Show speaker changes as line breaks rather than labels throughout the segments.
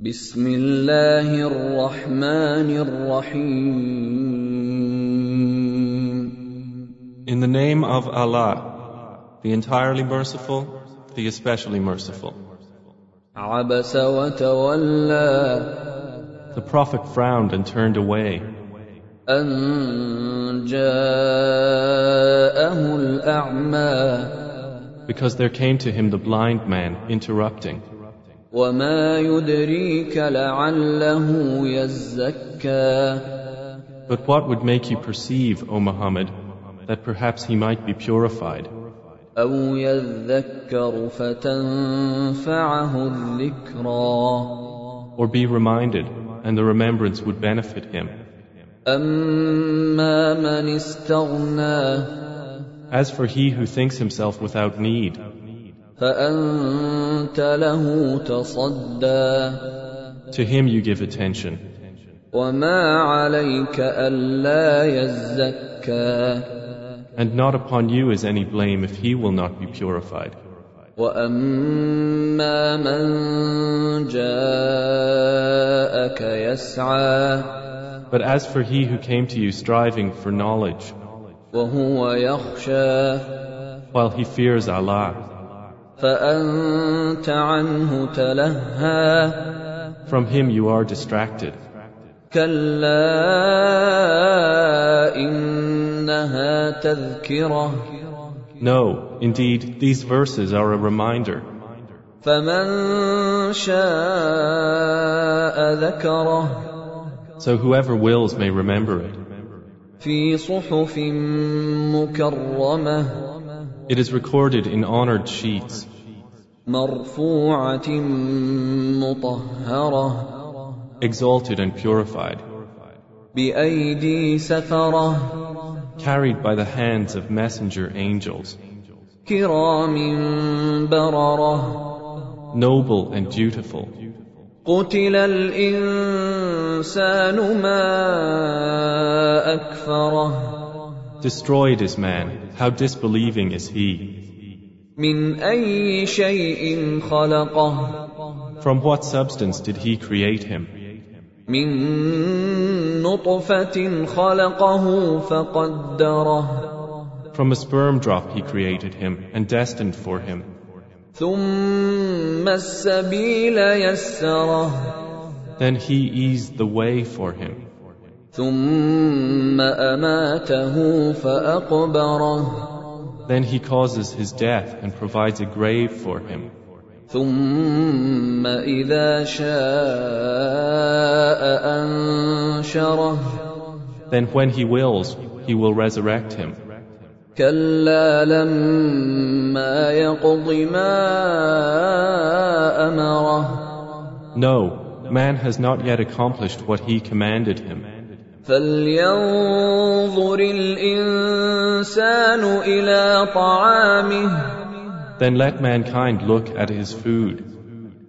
بسم الله الرحمن الرحيم
In the name of Allah, the entirely merciful, the especially merciful.
عبس وتولى
The Prophet frowned and turned away
أن جاءه الأعمى
because there came to him the blind man interrupting.
وما يدريك لعله يزكى
But what would make you perceive, O Muhammad, that perhaps he might be purified?
أو يذكر فتنفعه الذكرى
Or be reminded, and the remembrance would benefit him.
أما من استغنى
As for he who thinks himself without need,
فأنت له تصدى
to him you give attention.
وما عليك ألا يزكى
And not upon you is any blame if he will not be purified.
وأما من جاءك يسعى
But as for he who came to you striving for knowledge,
وهو يخشى
while he fears Allah,
فأنت عنه تلهى
from him you are distracted.
كلا إنها تذكرة
No, indeed, these verses are a reminder.
فمن شاء ذكره
So whoever wills may remember it.
في صحف مكرمة
It is recorded in honored sheets,
مرفوعة مطهرة
exalted and purified,
بأيدي سفرة
carried by the hands of messenger angels,
كرام بررة
noble and dutiful.
قتل الإنسان ما أكفره
Destroyed is man, how disbelieving is he?
من أي شيء خلقه
From what substance did he create him?
من نطفة خلقه فقدره
From a sperm drop he created him and destined for him.
ثم السبيل يسره
Then he eased the way for him.
ثم أماته فأقبره
Then he causes his death and provides a grave for him.
ثم إذا شاء أنشره
Then when he wills, he will resurrect him.
كلا لما يقض ما أمره
No, man has not yet accomplished what he commanded him.
فلينظر الإنسان إلى طعامه
Then let mankind look at his food.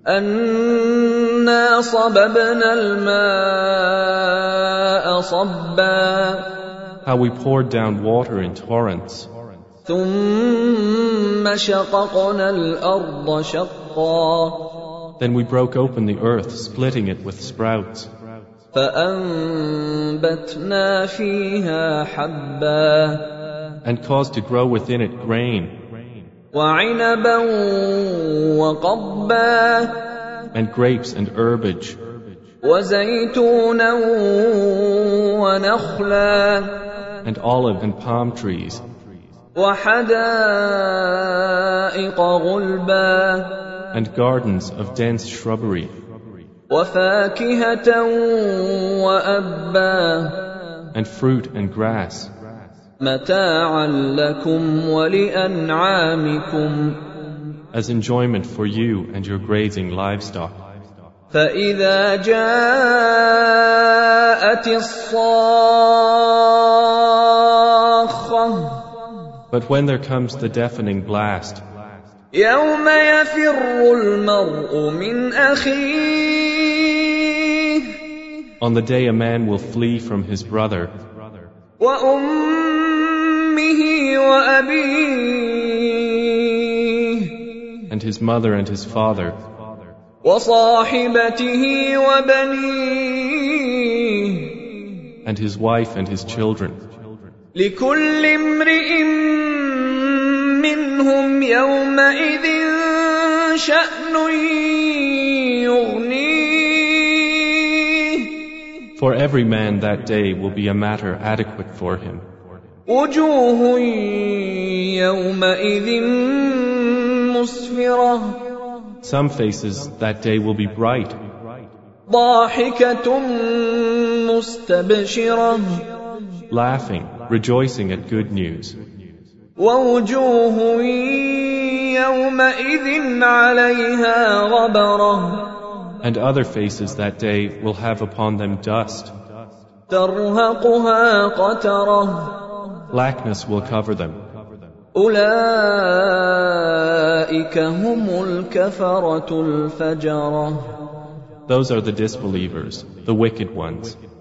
أنا صببنا الماء صبا
How we poured down water in torrents.
ثم شققنا الأرض شقا
Then we broke open the earth, splitting it with sprouts.
فأنبتنا فيها حبا
And caused to grow within it grain,
وعنبا وقبا
and grapes and herbage,
وزيتونا ونخلا
and olive and palm trees,
وحدائق غلبا
and gardens of dense shrubbery,
وفاكهة وأبا
and fruit and grass,
متاعا لكم ولأنعامكم
as enjoyment for you and your grazing livestock.
فإذا جاءت الصاخة
But when there comes the deafening blast,
يوم يفر المرء من أخيه
on the day a man will flee from his brother,
وأمه وأبيه
and his mother and his father,
وصاحبته وبنيه
and his wife and his children.
لكل امرئ منهم يومئذ شأن يغنيه
For every man that day will be a matter adequate for him.
وجوه يومئذ مسفرة
Some faces that day will be bright,
ضاحكة مستبشرة
laughing, rejoicing at good news,
ووجوه يومئذ عليها غبرة
and other faces that day will have upon them dust.
ترهقها قترة
Blackness will cover them.
أولئك هم الكفرة الفجرة
Those are the disbelievers, the wicked ones.